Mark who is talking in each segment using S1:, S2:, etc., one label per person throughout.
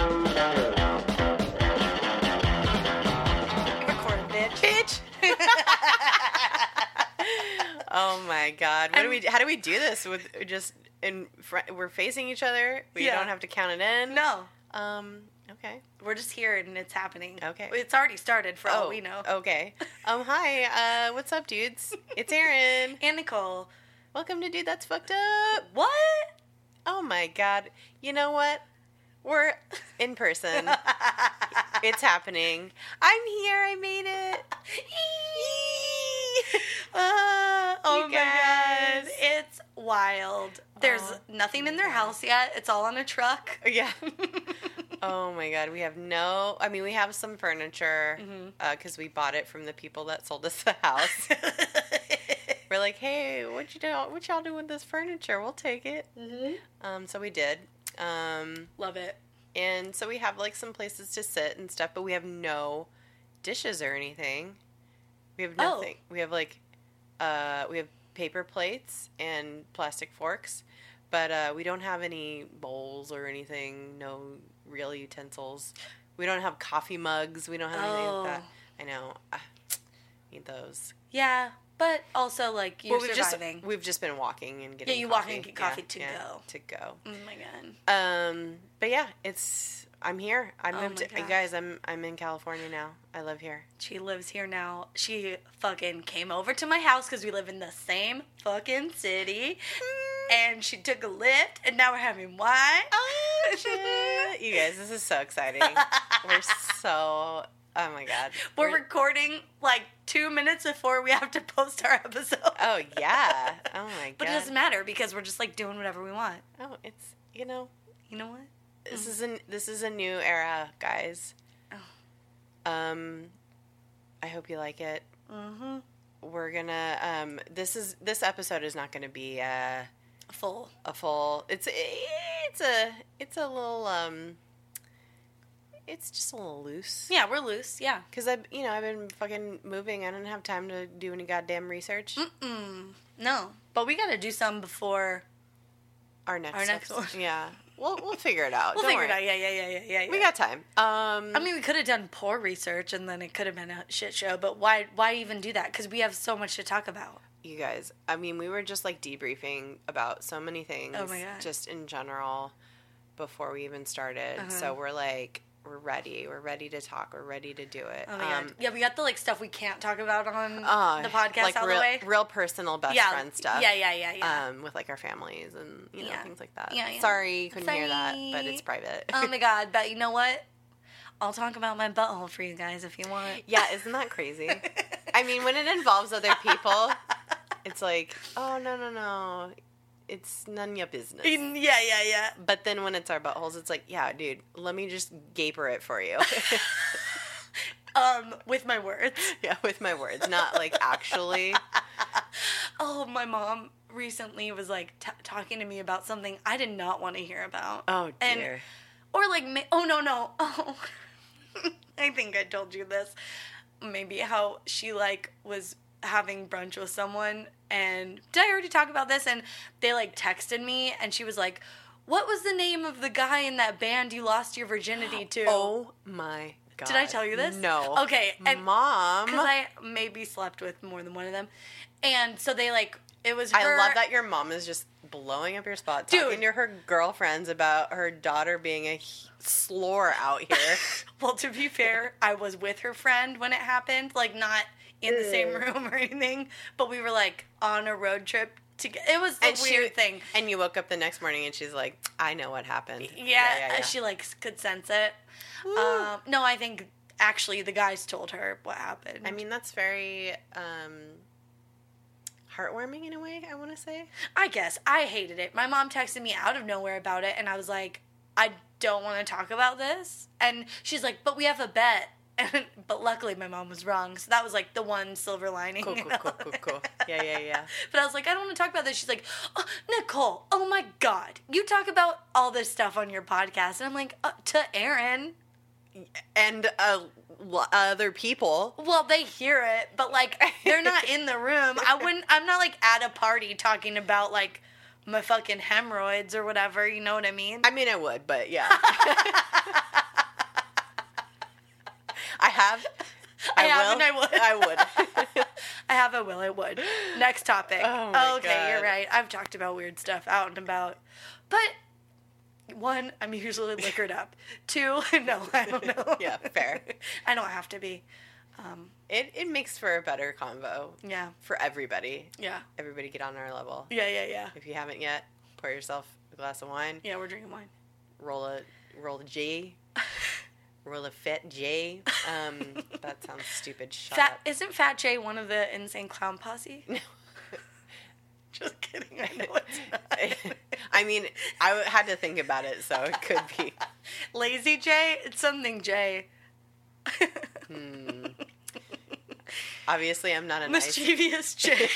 S1: Oh my god! What do
S2: I'm-
S1: we? How do we do this with just in? Fr- we're facing each other. We
S2: Yeah.
S1: don't have to count it in.
S2: No,
S1: Um. Okay.
S2: we're just here and it's happening.
S1: Okay.
S2: It's already started for all we know.
S1: Oh, Okay. Um. Hi. Uh. What's up, dudes? It's Aaron.
S2: And Nicole.
S1: Welcome to Dude That's Fucked Up.
S2: What?
S1: Oh my god! You know what? We're in person. it's happening. I'm here. I made it.
S2: Uh, oh my
S1: guys.
S2: god. It's wild. There's
S1: Oh
S2: nothing in their house yet. It's all on a truck. Mm-hmm.
S1: Yeah. oh my god, we have no. I mean, we have some furniture because
S2: Mhm.
S1: we bought it from the people that sold us the house. We're like, hey, what you do? What y'all do with this furniture? We'll take it. Um, so we did. Um,
S2: Love it.
S1: and so we have like some places to sit and stuff, but we have no dishes or anything. We have
S2: Oh.
S1: nothing. We have like, uh, we have paper plates and plastic forks, but uh, we don't have any bowls or anything. No real utensils. We don't have coffee mugs. We don't have anything like that.
S2: Oh.
S1: I know. Ah, Need those.
S2: Yeah, but also like you're
S1: But we've
S2: surviving.
S1: just we've just been walking and getting
S2: you walk
S1: coffee.
S2: and get coffee to go.
S1: to go.
S2: oh my god.
S1: Um, but yeah, it's I'm here. I
S2: Oh
S1: moved,
S2: my gosh.
S1: guys. I'm I'm in California now. I live here.
S2: She lives here now. She fucking came over to my house because we live in the same fucking city. And she took a lift, and now we're having wine. Oh,
S1: Shit. you guys, this is so exciting. We're so oh my god.
S2: we're recording like two minutes before we have to post our episode.
S1: oh yeah. Oh my god.
S2: But it doesn't matter because we're just like doing whatever we want.
S1: oh, it's you know
S2: You know what?
S1: this
S2: Mm-hmm.
S1: is an this is a new era, guys.
S2: Oh.
S1: Um, I hope you like it.
S2: Mm-hmm.
S1: We're gonna um this is this episode is not gonna be uh
S2: Full.
S1: a full it's it's a it's a little um it's just a little loose
S2: Yeah, we're loose. Yeah.
S1: because i you know i've been fucking moving i didn't have time to do any goddamn research
S2: Mm. Mm-mm. No. But we got to do some before.
S1: our next
S2: Our next
S1: episode-
S2: one.
S1: yeah we'll we'll figure it out
S2: We'll
S1: Don't
S2: figure
S1: worry.
S2: it out. Yeah, yeah, yeah, yeah, yeah. yeah.
S1: we got time um
S2: I mean, we could have done poor research, and then it could have been a shit show. But why? Why even do that? Because we have so much to talk about.
S1: you guys i mean we were just like debriefing about so many things
S2: Oh my God.
S1: just in general before we even started
S2: Uh-huh.
S1: so we're like we're ready we're ready to talk we're ready to do it Um,
S2: Oh my god. Yeah, we got the like stuff we can't talk about on
S1: uh,
S2: the podcast
S1: like
S2: all
S1: real,
S2: the way.
S1: real personal best
S2: yeah,
S1: friend stuff.
S2: Yeah, yeah, yeah, yeah.
S1: Um, with like our families and you know
S2: Yeah.
S1: things like that.
S2: Yeah, yeah.
S1: Sorry, you couldn't hear that,
S2: Sorry.
S1: but it's private.
S2: oh my god! But you know what? I'll talk about my butthole for you guys if you want.
S1: yeah, isn't that crazy? I mean, when it involves other people, it's like, oh no no no, it's none of your business.
S2: In- yeah, yeah, yeah.
S1: But then when it's our buttholes, it's like, yeah, dude, let me just gaper it for you.
S2: Um, with my words.
S1: yeah, with my words, not like actually.
S2: Oh, my mom recently was like t- talking to me about something I did not want to hear about.
S1: Oh
S2: And-
S1: dear.
S2: Or like, ma- oh no, no, oh, I think I told you this. Maybe how she like was having brunch with someone, and did I already talk about this? And they like texted me, and she was like, "What was the name of the guy in that band you lost your virginity to?"
S1: oh my god.
S2: Did I tell you this?
S1: No.
S2: Okay, and-
S1: mom.
S2: because I maybe slept with more than one of them, and so they like it was.
S1: I
S2: her-
S1: love that your mom is just blowing up your spot, talking
S2: Dude.
S1: to her girlfriends about her daughter being a h- slore out here.
S2: Well, to be fair, I was with her friend when it happened, like not in the same room or anything, but we were like on a road trip together. It was a
S1: And she-
S2: weird thing.
S1: and you woke up the next morning and she's like, "I know what happened."
S2: Yeah, uh, she like s- could sense it. Um, no, I think actually the guys told her what happened.
S1: I mean, that's very um, heartwarming in a way. I want to say.
S2: I guess I hated it. My mom texted me out of nowhere about it, and I was like, I don't want to talk about this. And she's like, but we have a bet. And, but luckily, my mom was wrong. So that was like the one silver lining.
S1: Cool, cool, cool, cool, cool. Yeah, yeah, yeah.
S2: But I was like, I don't want to talk about this. She's like, oh, Nicole, oh my God, you talk about all this stuff on your podcast. And I'm like, uh, to Aaron.
S1: And uh, l- other people.
S2: Well, they hear it, but like, they're not in the room. I wouldn't, I'm not like at a party talking about like my fucking hemorrhoids or whatever. You know what I mean?
S1: I mean, I would, but yeah. I have.
S2: I have and
S1: will.
S2: I would.
S1: I would.
S2: I have a will, I would. Next topic.
S1: Oh my
S2: okay, you're
S1: God.
S2: right. I've talked about weird stuff out and about. But one, I'm usually liquored up. Two, no, I don't know.
S1: Yeah, fair.
S2: I don't have to be.
S1: It it makes for a better convo
S2: Yeah,
S1: for everybody.
S2: yeah,
S1: Everybody get on our level.
S2: yeah, yeah, yeah.
S1: If you haven't yet, pour yourself a glass of wine.
S2: Yeah, we're drinking wine.
S1: Roll a roll a J. Roll a fat J. Um, that sounds stupid. Shut
S2: Fat
S1: up.
S2: isn't Fat Jay one of the insane clown posse?
S1: No.
S2: Just kidding. I know it's not.
S1: I mean, I w- had to think about it, so it could be.
S2: Mm. Lazy Jay? It's something Jay. Hmm.
S1: Obviously, I'm not a nice.
S2: Mischievous Jay.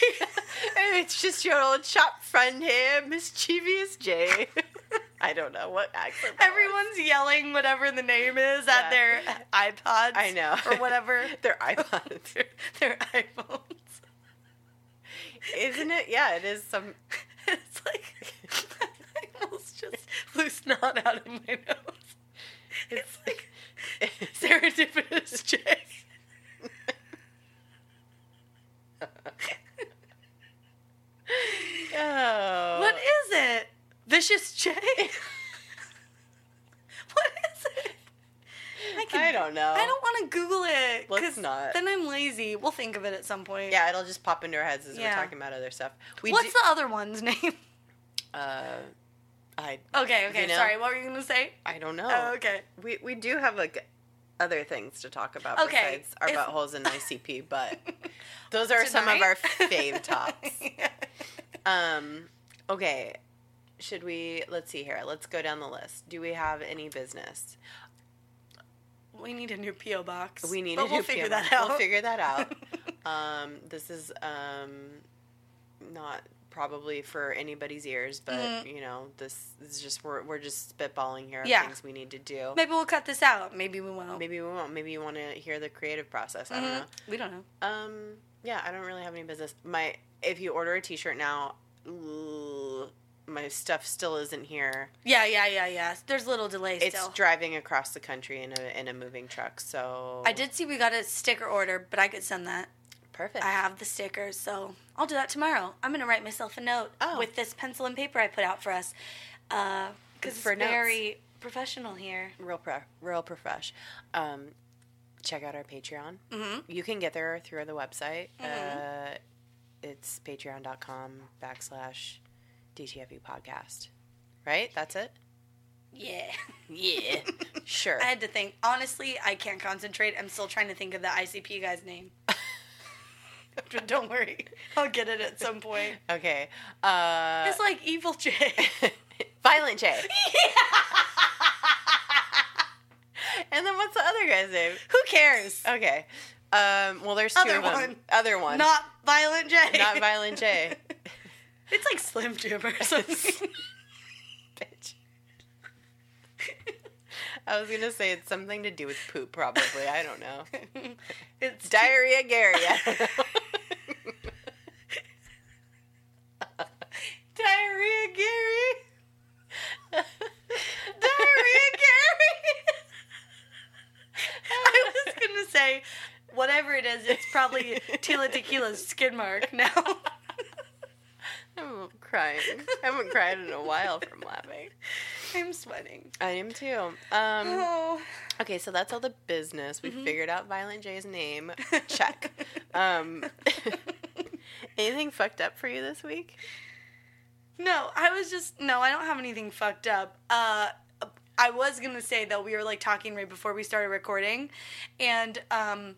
S1: it's just your old shop friend here, mischievous Jay. I don't know what accent. that was.
S2: Everyone's yelling whatever the name is at
S1: Yeah.
S2: their iPods.
S1: I know.
S2: Or whatever.
S1: Their iPods.
S2: their iPhones.
S1: Isn't it? Yeah, it is some.
S2: It's like I almost just blew snot out of my nose. It's like serendipitous Jay.
S1: Oh.
S2: What is it? Vicious Jay? what is it? can-
S1: I don't know.
S2: I don't want to Google it. 'cause
S1: Let's not.
S2: Then I'm lazy. We'll think of it at some point.
S1: Yeah, it'll just pop into our heads as
S2: Yeah.
S1: we're talking about other stuff. We
S2: What's
S1: do,
S2: the other one's name?
S1: uh, I
S2: Okay, okay.
S1: You know?
S2: Sorry, what were you gonna say?
S1: I don't know.
S2: Oh, okay.
S1: We we do have like other things to talk about
S2: Okay,
S1: besides our
S2: if-
S1: buttholes and ICP, but those are some of our
S2: Tonight?
S1: fave tops. Um, okay. Should we let's see here. Let's go down the list. Do we have any business?
S2: we need a new PO box.
S1: We need
S2: but
S1: a new
S2: we'll figure
S1: PMO.
S2: that out.
S1: We'll figure that out. um, this is um, not probably for anybody's ears, but you know, this is just we're we're just spitballing here of
S2: Mm-hmm. Yeah.
S1: things we need to do.
S2: Maybe we'll cut this out. Maybe we won't.
S1: Maybe we won't. Maybe you want to hear the creative process. I
S2: Mhm.
S1: don't know.
S2: We don't know.
S1: Um, yeah, I don't really have any business. My if you order a T-shirt now, ooh, my stuff still isn't here.
S2: Yeah, yeah, yeah, yeah. There's little delays
S1: It's
S2: still.
S1: driving across the country in a in a moving truck. So
S2: I did see we got a sticker order, but I could send that.
S1: perfect.
S2: I have the stickers, so I'll do that tomorrow. I'm gonna write myself a note
S1: Oh.
S2: with this pencil and paper I put out for us, because it's
S1: for notes.
S2: very professional here.
S1: real pro, real profesh. Um, check out our Patreon. Mm-hmm. You can get there through the website. Uh, it's patreon.com backslash DTFU podcast. Right? That's it?
S2: Yeah.
S1: Yeah. sure.
S2: I had to think. Honestly, I can't concentrate. I'm still trying to think of the ICP guy's name. But Don't worry, I'll get it at some point.
S1: okay. Uh,
S2: It's like Evil Jay.
S1: Violent J. and then what's the other guy's name?
S2: Who cares?
S1: Okay. Um, well, there's two
S2: Other
S1: of them.
S2: one.
S1: Other one.
S2: Not Violent J.
S1: Not Violent J.
S2: It's like Slim Jim or something.
S1: Bitch. I was gonna say it's something to do with poop, probably. I don't know.
S2: it's
S1: Diarrhea Gary. I don't know.
S2: Diarrhea Gary. Diarrhea Gary. I was gonna say, whatever it is, it's probably Tila Tequila's skid mark now.
S1: I'm crying. I haven't cried in a while from laughing.
S2: I'm sweating.
S1: I am too. Um,
S2: Oh.
S1: okay, so that's all the business.
S2: Mm-hmm.
S1: We figured out Violent J's name. Check. Um, anything fucked up for you this week?
S2: No, I was just no, I don't have anything fucked up. Uh I was gonna say though, we were like talking right before we started recording and um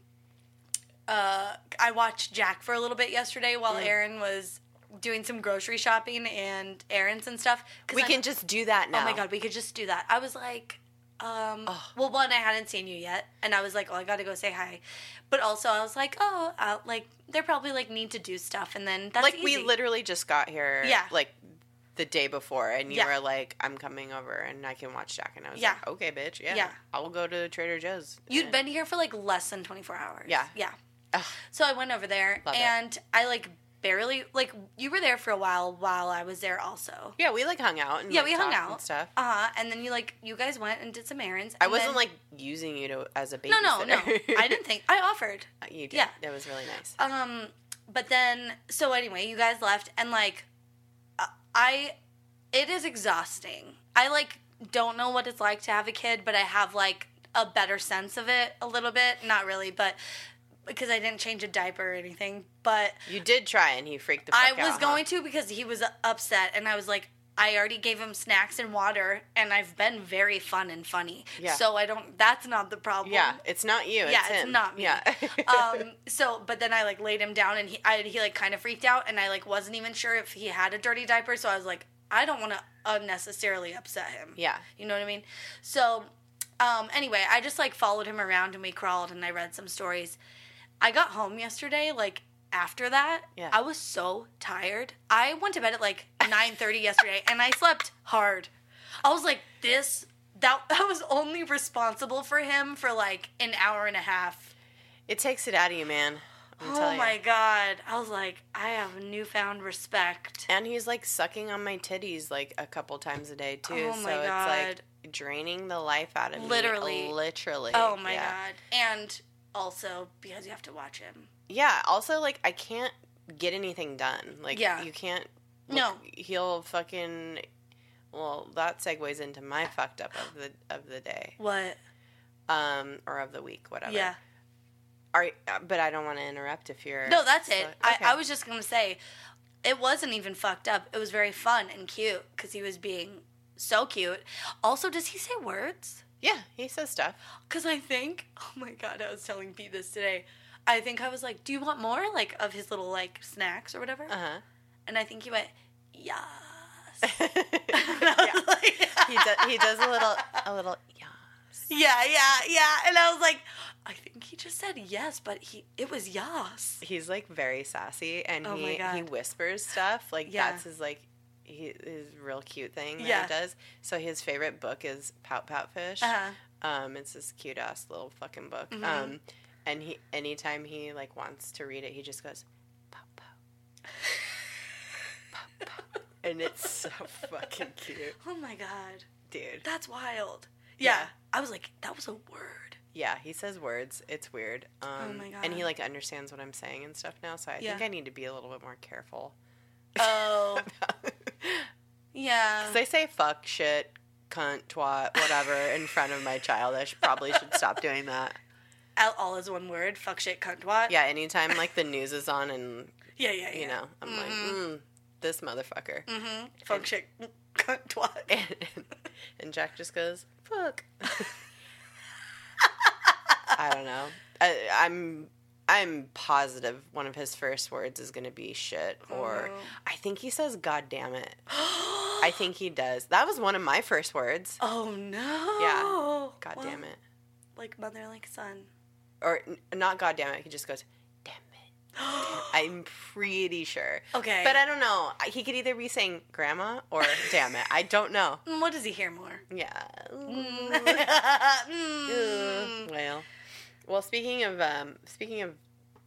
S2: uh I watched Jack for a little bit yesterday while Aaron was doing some grocery shopping and errands and stuff. 'Cause
S1: We
S2: I'm-
S1: can just do that now.
S2: Oh my god, we could just do that. I was like, um, well, one, I hadn't seen you yet, and I was like, oh, I gotta go say hi. But also, I was like, oh, uh, like they're probably like need to do stuff, and then that's
S1: like we
S2: easy.
S1: literally just got here
S2: Yeah.
S1: like the day before and you
S2: Yeah.
S1: were like i'm coming over and i can watch jack and i was
S2: Yeah.
S1: like okay bitch yeah,
S2: Yeah.
S1: i'll go to trader joe's
S2: You'd
S1: And-
S2: been here for like less than 24 hours.
S1: Yeah.
S2: Yeah.
S1: Ugh.
S2: So I went over there
S1: Love it.
S2: and I like barely like you were there for a while while I was there also.
S1: yeah we like hung out and
S2: Yeah,
S1: like,
S2: we hung
S1: talked
S2: out.
S1: and stuff
S2: Uh-huh. And then you like you guys went and did some errands.
S1: i
S2: and
S1: wasn't
S2: then-
S1: like using you to as a babysitter
S2: No, no, no. I didn't think I offered.
S1: you did
S2: Yeah.
S1: that was really nice
S2: Um but then so anyway, you guys left and like I- I it is exhausting. I like don't know what it's like to have a kid, but I have like a better sense of it a little bit, not really, but because I didn't change a diaper or anything, but
S1: You did try, and he freaked the fuck
S2: I
S1: out.
S2: was
S1: huh?
S2: going to because he was upset, and I was like, I already gave him snacks and water, and I've been very fun and funny.
S1: Yeah.
S2: So I don't. That's not the problem.
S1: Yeah, it's not you.
S2: Yeah,
S1: it's
S2: it's
S1: him.
S2: not me.
S1: Yeah.
S2: um. So, but then I like laid him down, and he, I, he like kind of freaked out, and I like wasn't even sure if he had a dirty diaper. So I was like, I don't want to unnecessarily upset him.
S1: yeah.
S2: You know what I mean? So, um, anyway, I just like followed him around and we crawled and I read some stories. I got home yesterday, like after that.
S1: Yeah.
S2: I was so tired. I went to bed at like nine thirty yesterday and I slept hard. I was like, this that I was only responsible for him for like an hour and a half.
S1: It takes it out of you, man. I'm
S2: oh
S1: telling
S2: my
S1: You.
S2: god. I was like, I have newfound respect.
S1: And he's like sucking on my titties like a couple times a day too.
S2: Oh
S1: so
S2: my
S1: it's like draining the life out of me.
S2: Literally.
S1: Literally.
S2: Oh my
S1: yeah.
S2: god. And also because you have to watch him.
S1: Yeah. Also, like I can't get anything done. Like
S2: Yeah.
S1: you can't.
S2: No.
S1: He'll fucking. Well, that segues into my fucked up of the of the day,
S2: What?
S1: um, or of the week, whatever.
S2: Yeah.
S1: Are, uh, but I don't want to interrupt if you're.
S2: No, that's it.
S1: so- okay.
S2: I, I was just gonna say, it wasn't even fucked up. It was very fun and cute because he was being so cute. Also, does he say words?
S1: Yeah, he says stuff.
S2: Because I think, oh my god, I was telling Pete this today. I think I was like, "Do you want more like of his little like snacks or whatever?"
S1: Uh huh.
S2: And I think he went, "Yes." And I
S1: yeah.
S2: was like,
S1: He does. He does a little. A little. Yeah.
S2: yeah, yeah, yeah. And I was like, I think he just said yes, but he it was yes.
S1: He's like very sassy, and
S2: Oh my
S1: he he
S2: God.
S1: whispers stuff. Like
S2: Yeah.
S1: that's his like. He, his real cute thing that
S2: Yeah.
S1: he does. So his favorite book is Pout Pout Fish.
S2: Uh-huh.
S1: Um, it's this cute ass little fucking book.
S2: Mhm.
S1: Um, and he anytime he like wants to read it, he just goes Pout Pout. Pout, pout." And it's so fucking cute,
S2: Oh my god.
S1: dude.
S2: That's wild. Yeah.
S1: Yeah.
S2: I was like, that was a word.
S1: Yeah, he says words. It's weird. Um,
S2: Oh my
S1: And
S2: God.
S1: he like understands what I'm saying and stuff now. So I
S2: Yeah.
S1: think I need to be a little bit more careful.
S2: Oh,
S1: Because
S2: yeah.
S1: I say fuck, shit, cunt, twat, whatever in front of my child. I should, probably should stop doing that.
S2: All, all is one word. Fuck shit, cunt, what?
S1: Yeah, anytime like the news is on and
S2: yeah, yeah.
S1: you know I'm like
S2: Mhm.
S1: mm, this motherfucker,
S2: Mm-hmm. Fuck shit, cunt, twat.
S1: and, and Jack just goes fuck. I don't know. I, I'm I'm positive one of his first words is going to be shit or I think he says god damn it.
S2: I
S1: I think he does. That was one of my first words.
S2: Oh no.
S1: Yeah. God damn it.
S2: Like mother, like son.
S1: Or n- not god damn it. He just goes damn it. I'm pretty sure.
S2: okay.
S1: But I don't know. He could either be saying grandma or damn it. I don't know.
S2: Mm, what does he hear more?
S1: Yeah.
S2: Mm.
S1: Ugh. well. Well, speaking of um speaking of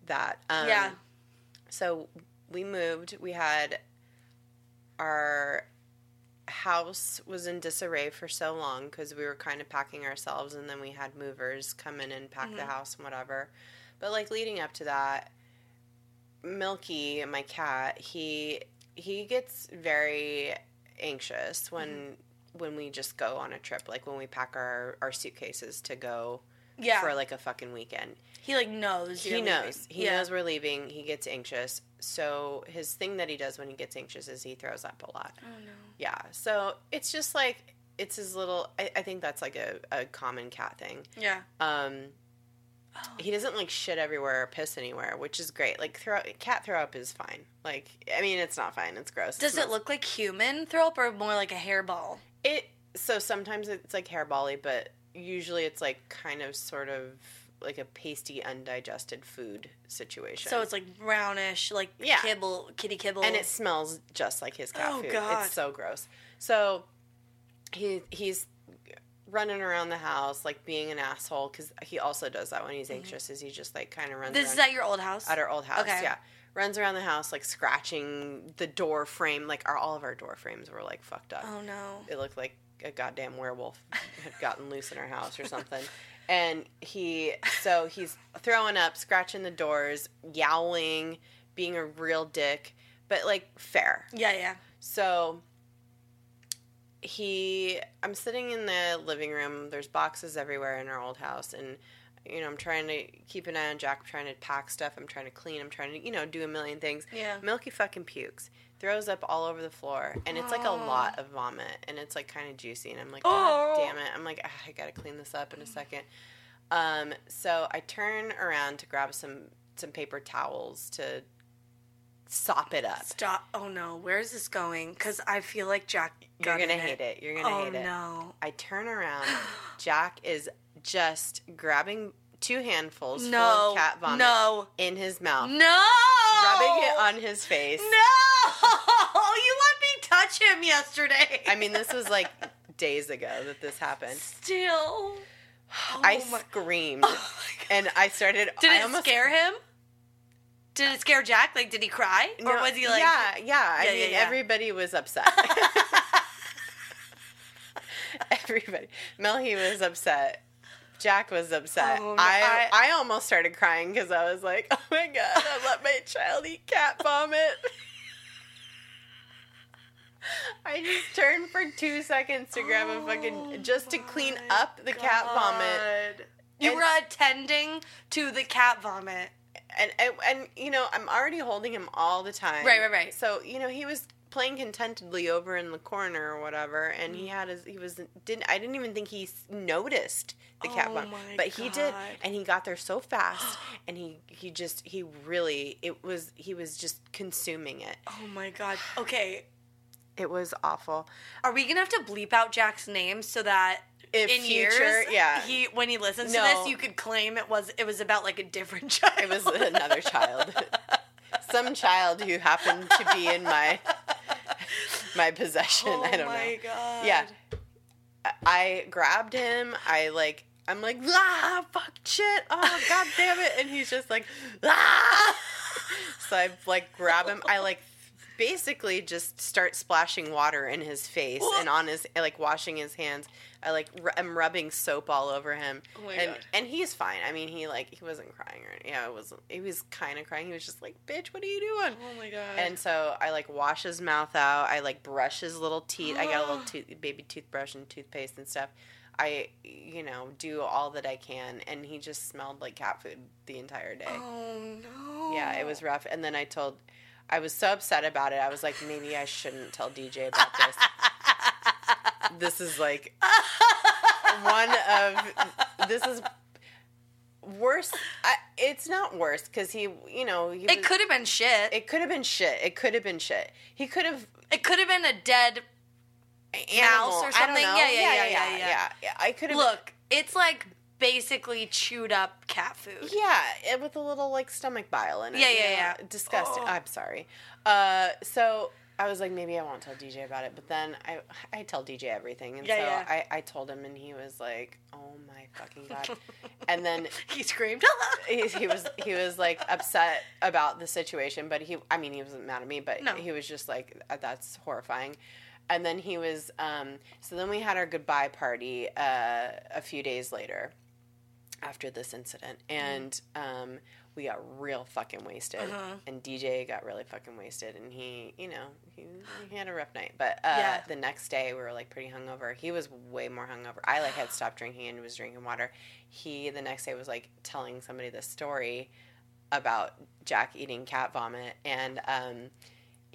S1: that. Um
S2: Yeah.
S1: so we moved. We had our house was in disarray for so long because we were kind of packing ourselves, and then we had movers come in and pack the
S2: Mhm.
S1: house and whatever. But like leading up to that, Milky, my cat, he he gets very anxious when when we just go on a trip, like when we pack our our suitcases to go
S2: Yeah.
S1: for like a fucking weekend
S2: he like knows.
S1: he
S2: you're
S1: knows
S2: leaving.
S1: he
S2: yeah.
S1: knows we're leaving he gets anxious so his thing that he does when he gets anxious is he throws up a lot
S2: Oh no.
S1: yeah so it's just like it's his little i, I think that's like a, a common cat thing
S2: Yeah.
S1: um
S2: Oh.
S1: he doesn't like shit everywhere or piss anywhere which is great like throw cat throw up is fine like i mean it's not fine it's gross
S2: Does it
S1: smells-
S2: look like human throw up or more like a hairball?
S1: it so sometimes it's like hairbally but usually it's like kind of sort of like a pasty undigested food situation
S2: So it's like brownish, like
S1: Yeah.
S2: kibble, kitty kibble.
S1: and it smells just like his cat
S2: Oh,
S1: food.
S2: God.
S1: It's so gross. So he he's running around the house like being an asshole because he also does that when he's
S2: Mm-hmm.
S1: anxious. Is he just like kind of runs
S2: this
S1: around
S2: is at your old house.
S1: at our old house?
S2: Okay.
S1: Yeah, runs around the house like scratching the door frame. Like our all of our door frames were like fucked up.
S2: Oh no.
S1: It looked like a goddamn werewolf had gotten loose in our house or something. And he, so he's throwing up, scratching the doors, yowling, being a real dick, but like fair.
S2: Yeah, yeah.
S1: So he I'm sitting in the living room. There's boxes everywhere in our old house and you know, I'm trying to keep an eye on Jack, I'm trying to pack stuff, I'm trying to clean, I'm trying to, you know, do a million things.
S2: Yeah.
S1: Milky fucking pukes. Throws up all over the floor and it's like a
S2: Oh.
S1: lot of vomit and it's like kind of juicy and I'm like, "God
S2: Oh.
S1: damn it." I'm like, "Ah, "I got to clean this up in a second. Um, so I turn around to grab some some paper towels to sop it up.
S2: Stop. Oh no, where is this going? Cuz I feel like Jack
S1: You're
S2: gutted
S1: gonna hate it. You're gonna
S2: oh
S1: hate it.
S2: no.
S1: I turn around. Jack is just grabbing two handfuls full
S2: No.
S1: of cat vomit
S2: No.
S1: in his mouth,
S2: No.
S1: rubbing it on his face.
S2: No. You let me touch him yesterday.
S1: I mean, this was like days ago that this happened.
S2: still. Oh,
S1: I
S2: my-
S1: screamed
S2: oh my God.
S1: and I started.
S2: Did
S1: I
S2: it
S1: almost,
S2: scare him? Did it scare Jack? Like, did he cry, or
S1: No,
S2: was he like?
S1: Yeah, yeah. I
S2: Yeah,
S1: mean,
S2: yeah, yeah.
S1: everybody was upset. everybody. Melhi was upset. Jack was upset.
S2: Oh, no,
S1: I, I almost started crying because I was like, "Oh my god, I let my child eat cat vomit." I just turned for two seconds to grab a
S2: Oh
S1: fucking just to clean
S2: my
S1: up the cat vomit,
S2: God. You
S1: And-
S2: were attending to the cat vomit.
S1: and, and and you know I'm already holding him all the time.
S2: Right, right, right.
S1: So you know he was playing contentedly over in the corner or whatever, and
S2: Mm.
S1: he had his he was didn't I didn't even think he s- noticed the cat
S2: Oh
S1: bomb,
S2: my
S1: but he did,
S2: God.
S1: and he got there so fast, and he he just he really it was he was just consuming it.
S2: Oh my god. Okay,
S1: It was awful.
S2: are we gonna have to bleep out Jack's name so that
S1: If
S2: in
S1: future,
S2: years,
S1: yeah,
S2: he when he listens
S1: No.
S2: to this, you could claim it was it was about like a different child.
S1: it was another child, some child who happened to be in my my possession.
S2: oh
S1: I don't know.
S2: my god.
S1: Yeah. I grabbed him. I like. I'm like, ah, fuck, shit, oh, god damn it, and he's just like, ah. So I like grab him. I like basically just start splashing water in his face and on his like washing his hands. I like r- I'm rubbing soap all over him,
S2: Oh my
S1: and
S2: God.
S1: and he's fine. I mean, he like he wasn't crying or yeah, it was he was kind of crying. He was just like, bitch, what are you doing?
S2: Oh my god.
S1: And so I like wash his mouth out. I like brush his little teeth. I got a little tooth, baby toothbrush and toothpaste and stuff. I, you know, do all that I can. And he just smelled like cat food the entire day.
S2: oh no.
S1: Yeah, it was rough. And then I told, I was so upset about it. I was like, maybe I shouldn't tell DJ about this. this is like one of, this is worse. I, it's not worse because he, you know, he
S2: It
S1: was-
S2: could have been shit. It,
S1: it could have been shit. It could have been shit. He could have
S2: could have been a dead.
S1: animal.
S2: Mouse or
S1: I don't
S2: something?
S1: know.
S2: Yeah, yeah, yeah, yeah,
S1: yeah.
S2: yeah.
S1: Yeah, I could have
S2: Look, it's like basically chewed up cat food.
S1: Yeah, it- with a little like stomach bile in it.
S2: Yeah,
S1: you
S2: yeah,
S1: know?
S2: yeah.
S1: Disgusting.
S2: Oh.
S1: I'm sorry. Uh, so I was like, maybe I won't tell DJ about it, but then I I tell DJ everything, and
S2: Yeah,
S1: so
S2: yeah.
S1: I I told him, and he was like, oh my fucking god, and then
S2: He screamed.
S1: he, he was he was like upset about the situation, but he I mean he wasn't mad at me, but
S2: No.
S1: he was just like "Uh, that's horrifying. And then he was um, so then we had our goodbye party uh, a few days later after this incident, and um, we got real fucking wasted,
S2: Uh-huh.
S1: and DJ got really fucking wasted, and he you know he, he had a rough night, but uh,
S2: Yeah.
S1: the next day we were like pretty hungover. He was way more hungover. I like had stopped drinking and was drinking water he the next day was like telling somebody this story about Jack eating cat vomit and um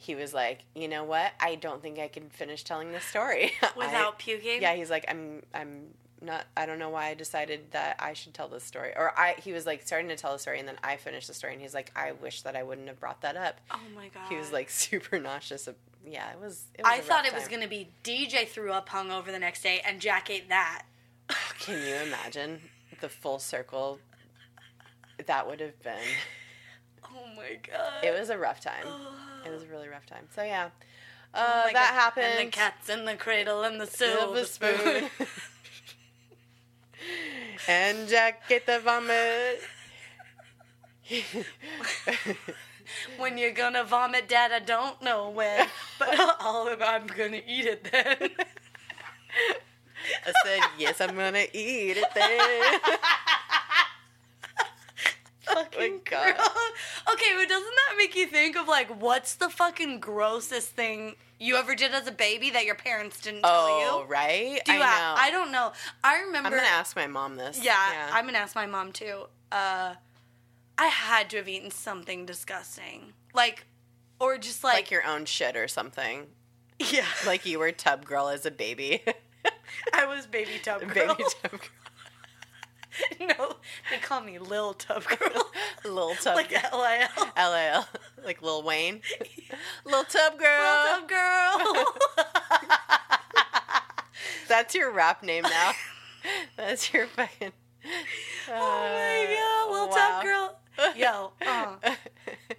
S1: he was like, "You know what? I don't think I can finish telling this story." I-
S2: Without puking.
S1: Yeah, he's like, "I'm I'm not I don't know why I decided that I should tell this story." Or I he was like starting to tell the story and then I finished the story and he's like, "I wish that I wouldn't have brought that up."
S2: Oh my god.
S1: He was like super nauseous. of- Yeah, it was, it was
S2: I
S1: a
S2: thought it
S1: rough
S2: was
S1: time.
S2: gonna be DJ threw up hungover the next day and Jack ate that.
S1: Can you imagine the full circle that would have been?
S2: Oh my god.
S1: It was a rough time.
S2: Oh
S1: It was a really rough time. So yeah, uh,
S2: my
S1: that
S2: God.
S1: happened.
S2: And the cat's in the cradle and the silver
S1: Silver
S2: spoon.
S1: spoon. and Jack get the vomit.
S2: when you're gonna vomit, Dad, I don't know when, but all of I'm gonna eat it then.
S1: I said, "Yes, I'm gonna eat it." Then
S2: Fuck
S1: my god.
S2: Gross. Okay, but doesn't that make you think of like what's the fucking grossest thing you ever did as a baby that your parents didn't tell
S1: Oh,
S2: you?
S1: right?
S2: Do
S1: I
S2: you
S1: know.
S2: ha- I
S1: I
S2: don't know. I remember.
S1: am going to ask my mom this.
S2: Yeah, I'm gonna ask my mom too. Uh, I had to have eaten something disgusting, like, or just
S1: like,
S2: like,
S1: your own shit or something.
S2: yeah,
S1: Like you were tub girl as a baby.
S2: I was baby tub girl.
S1: baby tub girl.
S2: no, they call me Lil Tub Girl,
S1: Lil tub
S2: like
S1: girl.
S2: L I L.
S1: LL. Like Lil Wayne. Lil tub girl.
S2: Lil Tub Girl. Oh
S1: That's your rap name now. That's your fucking. Uh,
S2: oh my god, Lil Tub Girl. Yo, uh,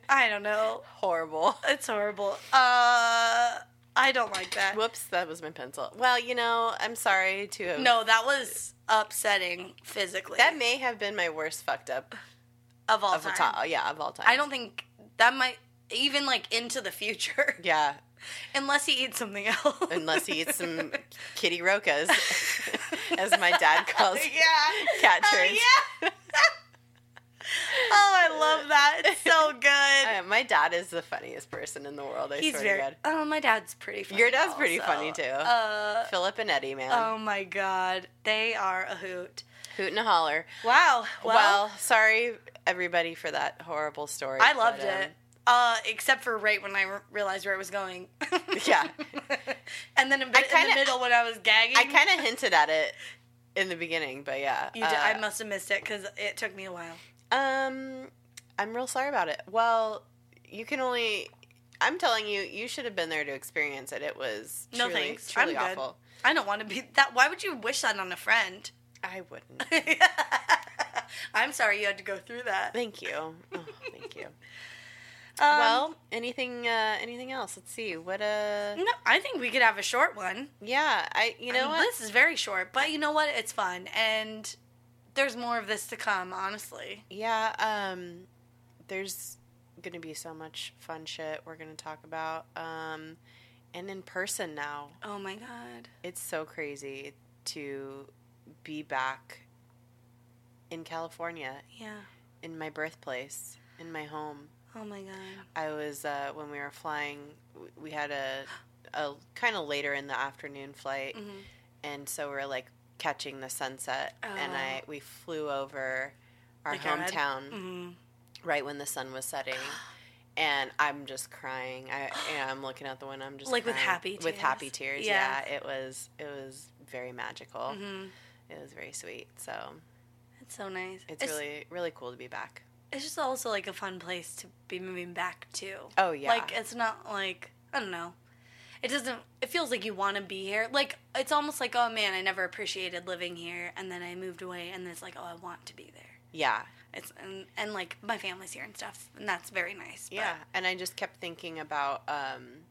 S2: I don't know.
S1: Horrible.
S2: It's horrible. Uh, I don't like that.
S1: Whoops, that was my pencil. Well, you know, I'm sorry to have.
S2: No, that was upsetting physically.
S1: That may have been my worst fucked up
S2: of all
S1: of all
S2: time.
S1: time. Yeah, of all time.
S2: I don't think that might even like into the future,
S1: Yeah,
S2: unless he eats something else.
S1: unless he eats some kitty rokas, as my dad calls
S2: Oh, yeah,
S1: cat
S2: Oh,
S1: turds.
S2: yeah. oh, I love that. It's so good.
S1: Uh, my dad is the funniest person in the world. I
S2: He's
S1: swear
S2: very.
S1: to God.
S2: Oh, my dad's pretty funny.
S1: Your dad's pretty
S2: also.
S1: funny, too.
S2: Uh,
S1: Philip and Eddie, man,
S2: oh my god, they are a hoot.
S1: hoot and a holler.
S2: Wow.
S1: Well,
S2: Well,
S1: sorry everybody for that horrible story.
S2: I loved
S1: but, um,
S2: it. Uh, except for right when I re- realized where I was going.
S1: Yeah.
S2: and then a bit in
S1: kinda-
S2: the middle when I was gagging.
S1: I kind of hinted at it in the beginning, but yeah.
S2: You did,
S1: uh,
S2: I must have missed it because it took me a while.
S1: Um, I'm real sorry about it. Well, you can only. I'm telling you, you should have been there to experience it. It was
S2: No
S1: truly,
S2: thanks.
S1: truly
S2: I'm good.
S1: awful.
S2: I don't want to be that. Why would you wish that on a friend?
S1: I wouldn't.
S2: I'm sorry you had to go through that.
S1: Thank you. Oh, thank you.
S2: Um,
S1: well, anything, uh, anything else? Let's see. What uh
S2: no, I think we could have a short one.
S1: Yeah, I. You know
S2: I mean,
S1: what?
S2: This is very short, but you know what? It's fun, and there's more of this to come. Honestly,
S1: Yeah. Um, there's gonna be so much fun shit we're gonna talk about. Um, and in person now.
S2: oh my god,
S1: It's so crazy to be back in California,
S2: yeah,
S1: in my birthplace, in my home.
S2: oh my god,
S1: I was uh, when we were flying. w- We had a a kind of later in the afternoon flight,
S2: Mhm.
S1: and so we are like catching the sunset. And
S2: Oh.
S1: I we flew over our
S2: Like Arad?
S1: hometown
S2: mm.
S1: right when the sun was setting. And I'm just crying. I and I'm looking out the window. I'm just
S2: Like with
S1: crying.
S2: happy
S1: with
S2: tears.
S1: happy tears.
S2: Yeah.
S1: Yeah. it was it was very magical.
S2: hmm
S1: It was very sweet. So
S2: it's so nice.
S1: it's, really really cool to be back.
S2: it's just also like a fun place to be moving back to.
S1: Oh yeah,
S2: Like it's not like I don't know. It doesn't. It feels like you want to be here. Like it's almost like oh man, I never appreciated living here, and then I moved away, and it's like oh I want to be there.
S1: yeah,
S2: It's and, and like my family's here and stuff, and that's very nice. but-
S1: yeah. And I just kept thinking about um,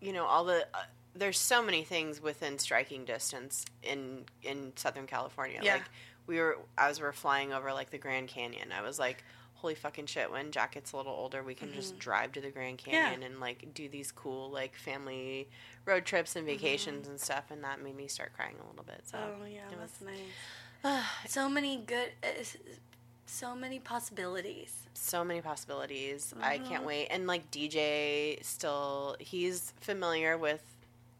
S1: you know, all the. Uh, there's so many things within striking distance in in Southern California.
S2: Yeah.
S1: Like we were as we were flying over like the Grand Canyon, I was like, holy fucking shit, when Jack gets a little older we can just drive to the Grand
S2: Mm-hmm. Yeah.
S1: Canyon and like do these cool like family road trips and vacations and stuff and that made me start crying a little bit. So
S2: Mm-hmm. Oh yeah,
S1: it
S2: that's
S1: was-
S2: nice. So many good, uh, so many possibilities.
S1: so many possibilities. I
S2: Mm-hmm.
S1: can't wait. And like DJ still he's familiar with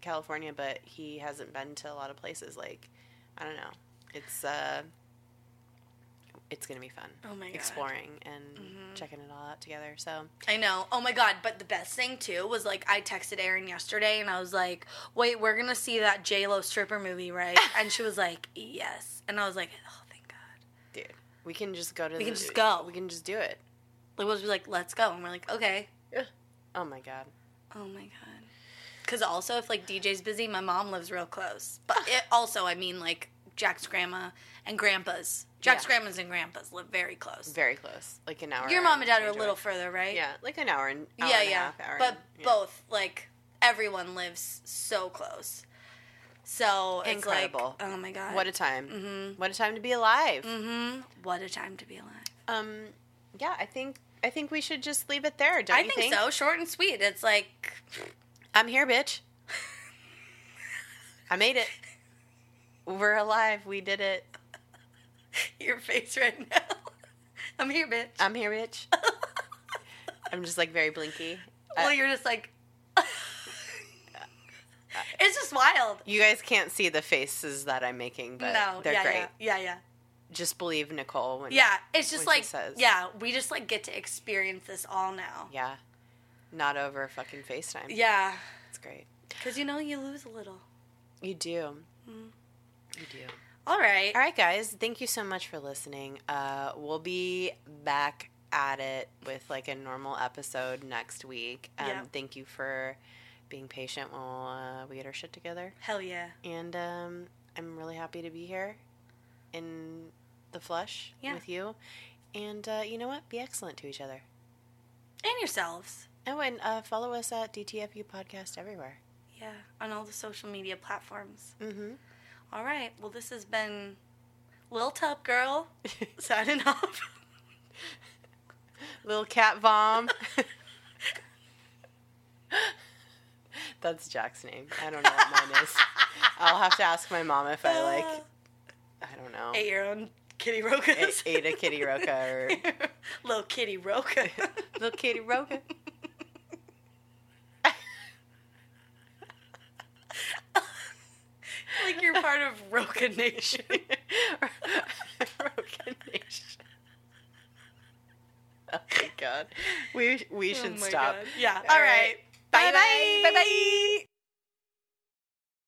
S1: California, but he hasn't been to a lot of places like I don't know. It's uh it's going to be fun
S2: Oh my god. Mm-hmm.
S1: exploring and checking it all out together. So,
S2: I know. Oh my god, but the best thing too was like I texted Erin yesterday and I was like, Wait, we're gonna see that J Lo stripper movie, right? and she was like, Yes. And I was like, Oh thank God.
S1: dude, we can just go to
S2: We can just go.
S1: We can just do it.
S2: Like was like, let's go and we're like, Okay.
S1: Oh my god.
S2: Oh my god. Cause also if like DJ's busy, my mom lives real close. But it also I mean like Jack's grandma and grandpa's. Jack's
S1: Yeah.
S2: grandmas and grandpas live very close.
S1: Very close. Like an hour.
S2: Your mom and dad are a
S1: change away.
S2: little further, right?
S1: Yeah, like an hour and hour
S2: yeah,
S1: and a
S2: yeah.
S1: half, hour
S2: but
S1: and- yeah.
S2: both, like everyone lives so close. So it's
S1: Incredible.
S2: like, oh my god,
S1: What a time. Mm-hmm. What a time to be alive.
S2: hmm what a time to be alive.
S1: Um, yeah, I think I think we should just leave it there. Don't
S2: I
S1: you
S2: think, so. Short and sweet. It's like,
S1: I'm here, bitch. I made it. We're alive. We did it.
S2: your face right now. I'm here, bitch.
S1: I'm here, bitch. I'm just like very blinky. Uh,
S2: well, you're just like. it's just wild.
S1: You guys can't see the faces that I'm making, but
S2: no,
S1: they're
S2: yeah,
S1: great.
S2: yeah, yeah, yeah.
S1: Just believe Nicole when
S2: Yeah, it's just
S1: What she
S2: like
S1: says.
S2: yeah, we just like get to experience this all now.
S1: yeah, not over fucking FaceTime.
S2: Yeah,
S1: it's great.
S2: because you know you lose a little.
S1: You do.
S2: Mm.
S1: You do.
S2: All right.
S1: All right, guys. Thank you so much for listening. Uh, we'll be back at it with like a normal episode next week. Um,
S2: Yeah.
S1: Thank you for being patient while uh, we get our shit together.
S2: Hell yeah.
S1: And um, I'm really happy to be here in the flesh
S2: Yeah.
S1: with you. And uh, you know what? Be excellent to each other.
S2: And yourselves.
S1: Oh, and uh, follow us at DTFU Podcast everywhere.
S2: Yeah, on all the social media platforms.
S1: Mm-hmm.
S2: All right. Well, this has been Lil Tub Girl signing off.
S1: Little cat vom. That's Jack's name. I don't know what mine is. I'll have to ask my mom if I
S2: Uh,
S1: like. I don't know.
S2: Eight year old Kitty Roca.
S1: A- Ada Kitty Roca or
S2: Little Kitty Roca.
S1: little Kitty Roca.
S2: like you're part of Roca Nation.
S1: Roca Nation. Oh my god. We we should
S2: Oh my
S1: stop.
S2: God. Yeah.
S1: All
S2: all right.
S1: right. Bye bye.
S2: Bye bye.